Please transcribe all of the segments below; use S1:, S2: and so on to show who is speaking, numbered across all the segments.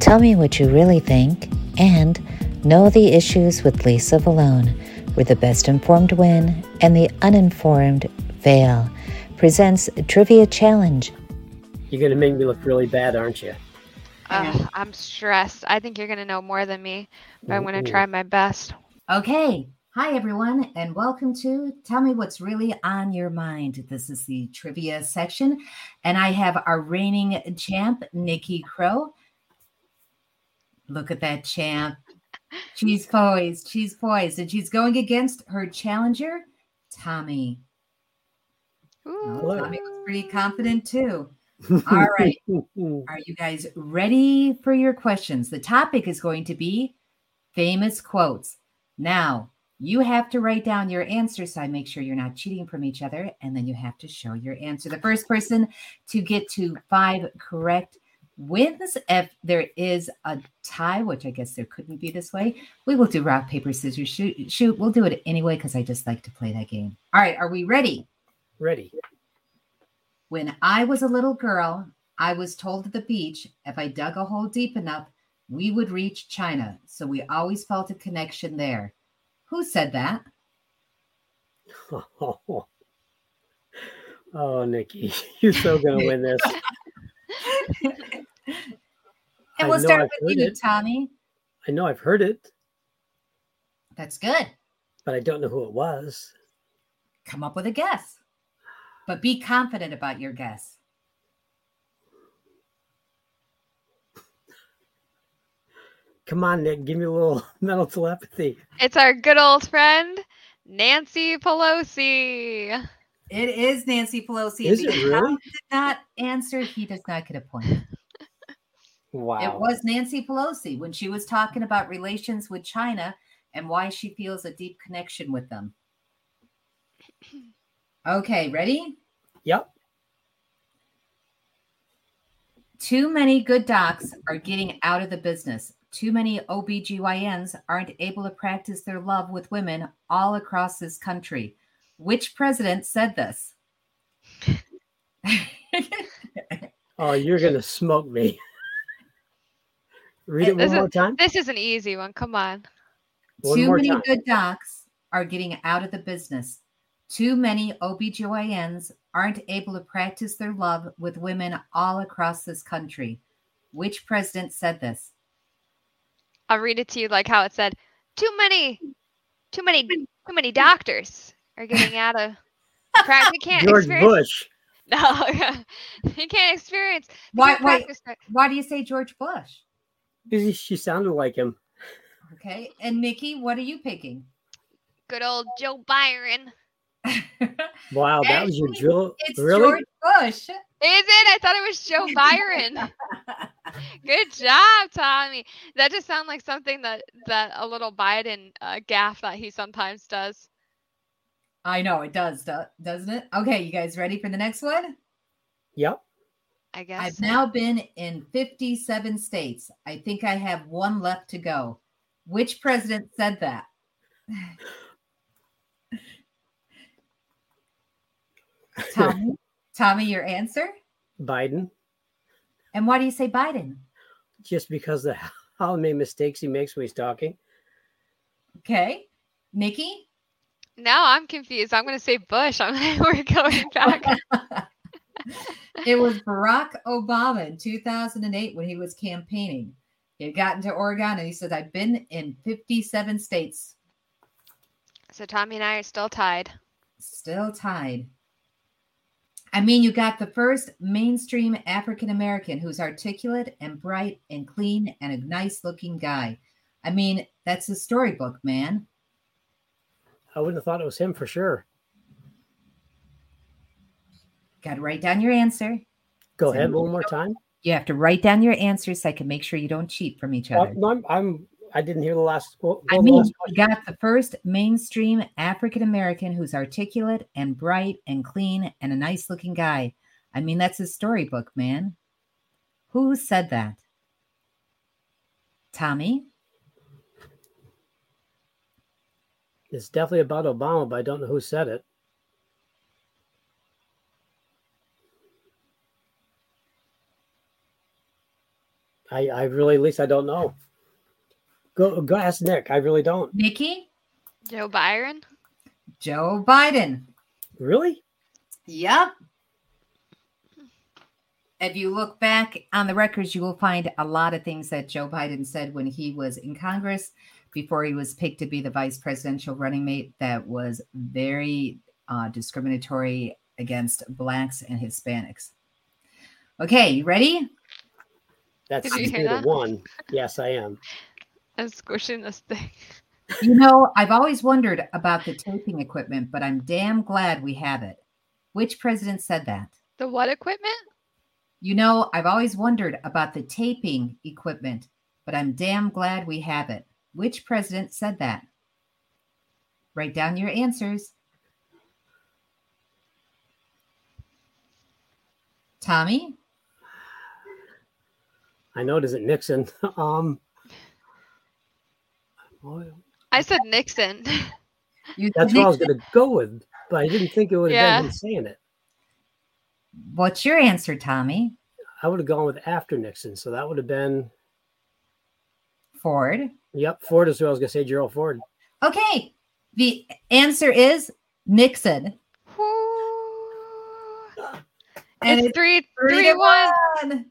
S1: Tell me what you really think, and know the issues with Lisa Valone, where the best informed win and the uninformed fail. Presents Trivia Challenge.
S2: You're going to make me look really bad, aren't you?
S3: Ugh, I'm stressed. I think you're going to know more than me, but I'm going
S2: Ooh.
S3: to try my best.
S4: Okay. Hi, everyone, and welcome to Tell Me What's Really on Your Mind. This is the trivia section, and I have our reigning champ, Nikki Crow. Look at that champ. She's poised, she's poised, and she's going against her challenger, Tommy. Oh,
S3: Ooh.
S2: Hello.
S4: Tommy was pretty confident, too. All right. Are you guys ready for your questions? The topic is going to be famous quotes. Now, you have to write down your answer so I make sure you're not cheating from each other. And then you have to show your answer. The first person to get to five correct wins. If there is a tie, which I guess there couldn't be this way, we will do rock, paper, scissors, shoot. shoot. We'll do it anyway because I just like to play that game. All right. Are we ready?
S2: Ready.
S4: When I was a little girl, I was told at the beach if I dug a hole deep enough, we would reach China. So we always felt a connection there. Who said that?
S2: Oh, Nikki, you're so going to win this. I
S4: And we'll
S2: know
S4: start
S2: I've
S4: with
S2: heard
S4: you,
S2: it.
S4: Tommy.
S2: I know I've heard it,
S4: That's good.
S2: but I don't know who it was.
S4: Come up with a guess, but be confident about your guess.
S2: Come on, Nick, give me a little mental telepathy.
S3: It's our good old friend, Nancy Pelosi.
S4: It is Nancy Pelosi.
S2: Is
S4: and
S2: it
S4: because
S2: really?
S4: Tommy did not answer, he does not get a point.
S2: Wow.
S4: It was Nancy Pelosi when she was talking about relations with China and why she feels a deep connection with them. Okay, ready?
S2: Yep.
S4: Too many good docs are getting out of the business. Too many OBGYNs aren't able to practice their love with women all across this country. Which president said this?
S2: Oh, you're going to smoke me. Read it one
S3: This is-
S2: more time.
S3: This is an easy one. Come on.
S2: One
S4: Too
S2: more
S4: many
S2: time.
S4: good docs are getting out of the business. Too many OBGYNs aren't able to practice their love with women all across this country. Which president said this?
S3: I'll read it to you like how it said. Too many, too many, too many doctors are getting out of practice. They can't
S2: George
S3: experience.
S2: Bush.
S3: No, you can't experience. they
S4: Why,
S3: can't
S4: why,
S3: practice their-
S4: why do you say George Bush?
S2: She- She sounded like him.
S4: Okay. And Nikki, what are you picking?
S3: Good old Joe Byron.
S4: it's
S2: Wow, that was your
S4: Actually,
S2: drill. really?
S4: George Bush.
S3: Is it? I thought it was Joe Byron. Good job, Tommy. That just sounds like something that that a little Biden uh, gaff that he sometimes does.
S4: I know it does, do- doesn't it? Okay, you guys ready for the next one?
S2: Yep.
S3: I
S4: I've
S3: guess.
S4: now been in 57 states. I think I have one left to go. Which president said that? Tommy, Tommy, your answer?
S2: Biden,
S4: And why do you say Biden?
S2: just because of how many mistakes he makes when he's talking.
S4: Okay. Nikki?
S3: Now I'm confused. I'm gonna say Bush. I'm we're going back.
S4: It was Barack Obama in 2008 when he was campaigning. He had gotten to Oregon and he said, I've been in 57 states,
S3: so Tommy and I are still tied.
S4: still tied. I mean, you got the first mainstream African American who's articulate and bright and clean and a nice looking guy. I mean, that's a storybook, man.
S2: I wouldn't have thought it was him for sure.
S4: Got to write down your answer.
S2: Go
S4: Same.
S2: ahead one more time.
S4: You have to write down your answer so I can make sure you don't cheat from each
S2: Oh,
S4: other.
S2: no, I'm, I'm, I didn't hear the last. Well,
S4: I
S2: well, the
S4: mean,
S2: last
S4: you got the first mainstream African American who's articulate and bright and clean and a nice looking guy. I mean, that's a storybook, man. Who said that? Tommy?
S2: It's definitely about Obama, but I don't know who said it. I, I really, at least I don't know. Go, go ask Nick. I really don't.
S4: Nikki,
S3: Joe Byron.
S4: Joe Biden.
S2: Really?
S4: Yep. If you look back on the records, you will find a lot of things that Joe Biden said when he was in Congress before he was picked to be the vice presidential running mate that was very uh, discriminatory against Blacks and Hispanics. Okay, you ready?
S2: That's
S3: Did you hear
S2: zero to
S3: that?
S2: one. Yes, I am.
S3: I'm squishing this thing.
S4: You know, I've always wondered about the taping equipment, but I'm damn glad we have it. Which president said that?
S3: The what equipment?
S4: You know, I've always wondered about the taping equipment, but I'm damn glad we have it. Which president said that? Write down your answers. Tommy,
S2: I know it isn't Nixon. Um, well,
S3: I said Nixon.
S4: you
S2: that's what I was going to go with, but I didn't think it would have been
S3: Yeah.
S2: him saying it.
S4: What's your answer, Tommy?
S2: I would have gone with after Nixon. So that would have been,
S4: Ford.
S2: yep, Ford is what I was going to say, Gerald Ford.
S4: Okay. The answer is Nixon.
S3: Whoo.
S4: And
S3: it's
S4: it's
S3: three,
S4: three
S3: three
S4: to
S3: to one.
S4: one.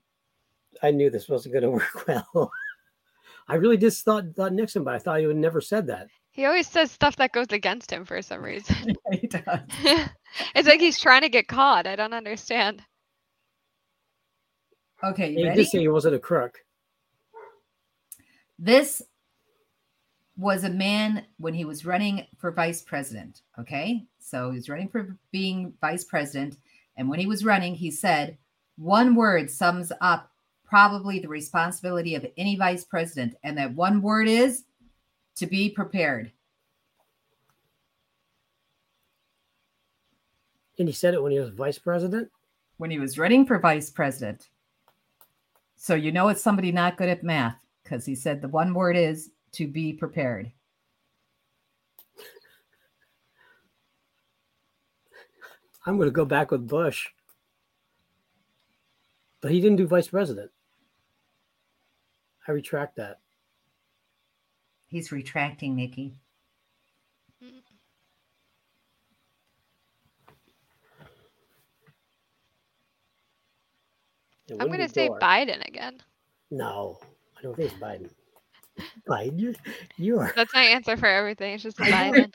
S2: I knew this wasn't going to work well. I really just thought, thought Nixon, but I thought he would never said that.
S3: He always says stuff that goes against him for some reason.
S4: He does.
S3: it's like he's trying to get caught. I don't understand.
S4: Okay, you
S2: He
S4: ready?
S2: did say he wasn't a crook.
S4: this was a man when he was running for vice president. Okay. So he was running for being vice president. And when he was running, he said, one word sums up probably the responsibility of any vice president. And that one word is to be prepared.
S2: And he said it when he was vice president.
S4: when he was running for vice president. So you know it's somebody not good at math because he said the one word is to be prepared.
S2: I'm going to go back with Bush. But he didn't do vice president. I retract that.
S4: He's retracting, Nikki.
S2: It
S3: I'm
S2: wouldn't
S3: going
S2: be
S3: to say
S2: Gore.
S3: Biden again.
S2: No, I don't think it's Biden. Biden, you, you are.
S3: That's my answer for everything. It's just Biden.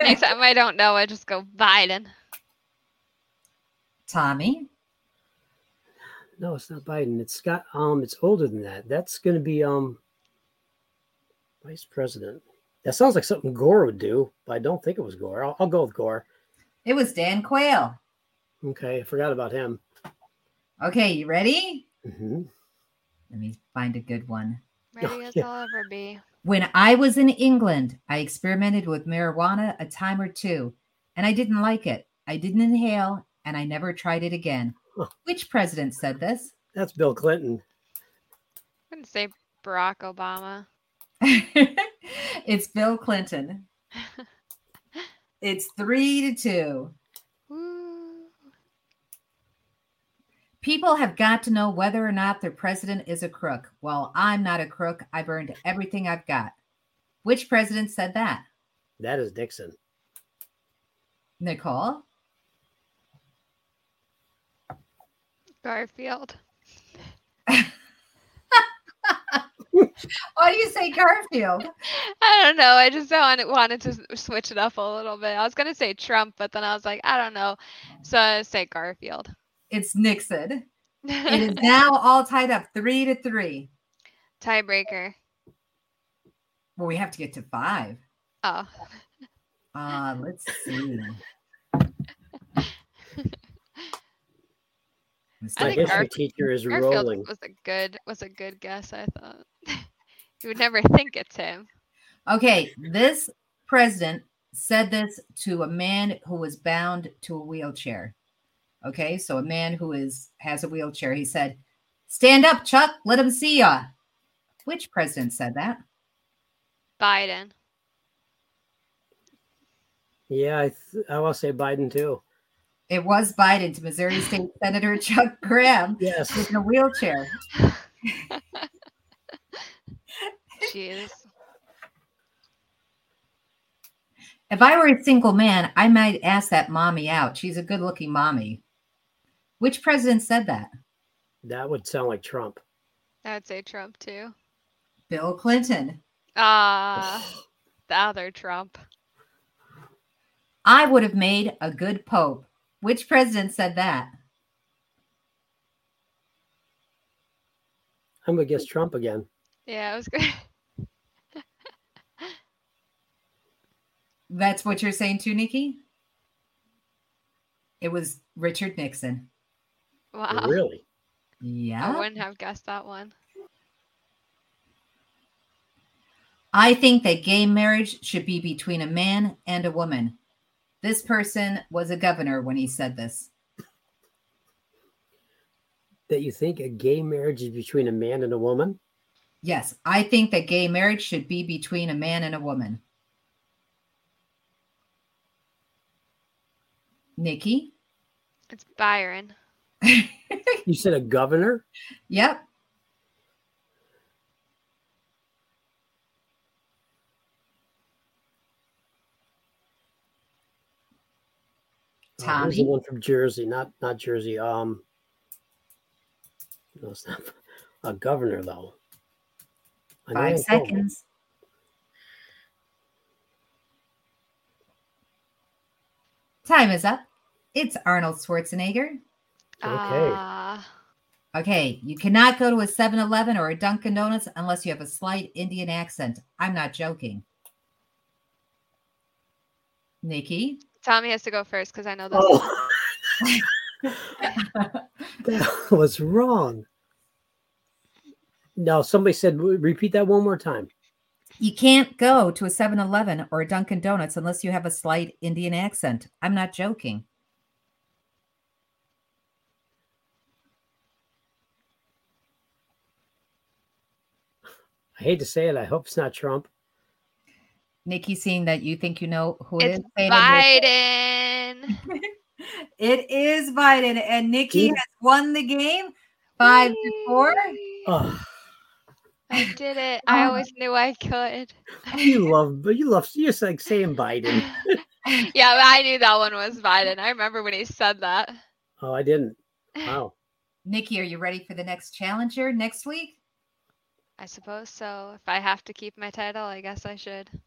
S3: Next time I don't know, I just go Biden.
S4: Tommy,
S2: No, it's not Biden. It's Scott. Um, it's older than that. That's going to be um, vice president. That sounds like something Gore would do, but I don't think it was Gore. I'll, I'll go with Gore.
S4: it was Dan Quayle.
S2: Okay, I forgot about him.
S4: Okay, you ready?
S2: hmm
S4: Let me find a good one.
S3: Ready as
S2: yeah.
S3: I'll ever be.
S4: When I was in England, I experimented with marijuana a time or two, and I didn't like it. I didn't inhale, and I never tried it again.
S2: Huh.
S4: Which president said this?
S2: That's Bill Clinton.
S3: I'm going to say Barack Obama.
S4: it's Bill Clinton. It's three to two.
S3: Woo.
S4: People have got to know whether or not their president is a crook. Well, I'm not a crook. I've earned everything I've got. Which president said that?
S2: That is Nixon.
S4: Nicole?
S3: Garfield.
S4: Why do you say Garfield?
S3: I don't know. I just wanted, wanted to s- switch it up a little bit. I was going to say Trump, but then I was like, I don't know. So I say Garfield.
S4: It's Nixon. It is now all tied up three to three.
S3: Tiebreaker.
S4: Well, we have to get to five.
S3: Oh,
S4: Uh, let's see.
S3: I
S2: My
S3: think
S2: history
S3: Garfield-
S2: teacher is
S3: Garfield
S2: rolling.
S3: was a good was a good guess. I thought you would never think it's him.
S4: Okay, this president said this to a man who was bound to a wheelchair. Okay, so a man who is has a wheelchair. He said, "Stand up, Chuck. Let him see ya." Which president said that?
S3: Biden.
S2: Yeah, I, th- I will say Biden too.
S4: It was Biden to Missouri State Senator Chuck Graham
S2: Yes.
S4: in a wheelchair.
S3: Jeez.
S4: If I were a single man, I might ask that mommy out. She's a good looking mommy. Which president said that?
S2: That would sound like Trump.
S3: I would say Trump too.
S4: Bill Clinton.
S3: Ah, the other Trump.
S4: I would have made a good pope. Which president said that?
S2: I'm gonna guess Trump again.
S3: Yeah, it was good.
S4: That's what you're saying too, Nikki? It was Richard Nixon.
S3: Wow.
S2: Really?
S3: I
S4: Yeah.
S3: wouldn't have guessed that one.
S4: I think that gay marriage should be between a man and a woman. This person was a governor when he said this.
S2: That you think a gay marriage is between a man and a woman?
S4: Yes, I think that gay marriage should be between a man and a woman. Nikki?
S3: It's Byron.
S2: You said a governor?
S4: Yep.
S2: Uh, who's the
S4: Tommy?
S2: one from Jersey? Not not Jersey. Um. No, it's not a governor though. oh, I know
S4: Five
S2: I told you.
S4: seconds. Time is up. It's Arnold Schwarzenegger.
S2: Okay.
S4: Uh,
S3: Ah,
S4: Okay, you cannot go to a 7 Eleven or a Dunkin' Donuts unless you have a slight Indian accent. I'm not joking. Nikki?
S3: Tommy has to go first because I know this.
S2: Oh. that was wrong. No, somebody said w- repeat that one more time.
S4: You can't go to a 7 Eleven or a Dunkin' Donuts unless you have a slight Indian accent. I'm not joking.
S2: I hate to say it. I hope it's not Trump.
S4: Nikki, seeing that you think you know who it
S3: It's
S4: is, say it in
S3: Biden.
S4: your- it is Biden, and Nikki
S2: Yeah.
S4: has won the game five to four.
S3: Whee!
S2: Oh,
S3: I did it. I
S4: Oh.
S3: always knew I could.
S2: you love, but you love. You're just like saying Biden.
S3: yeah, but I knew that one was Biden. I remember when he said that.
S2: Oh, I didn't. Wow.
S4: Nikki, are you ready for the next challenger next week?
S3: I suppose so. If I have to keep my title, I guess I should.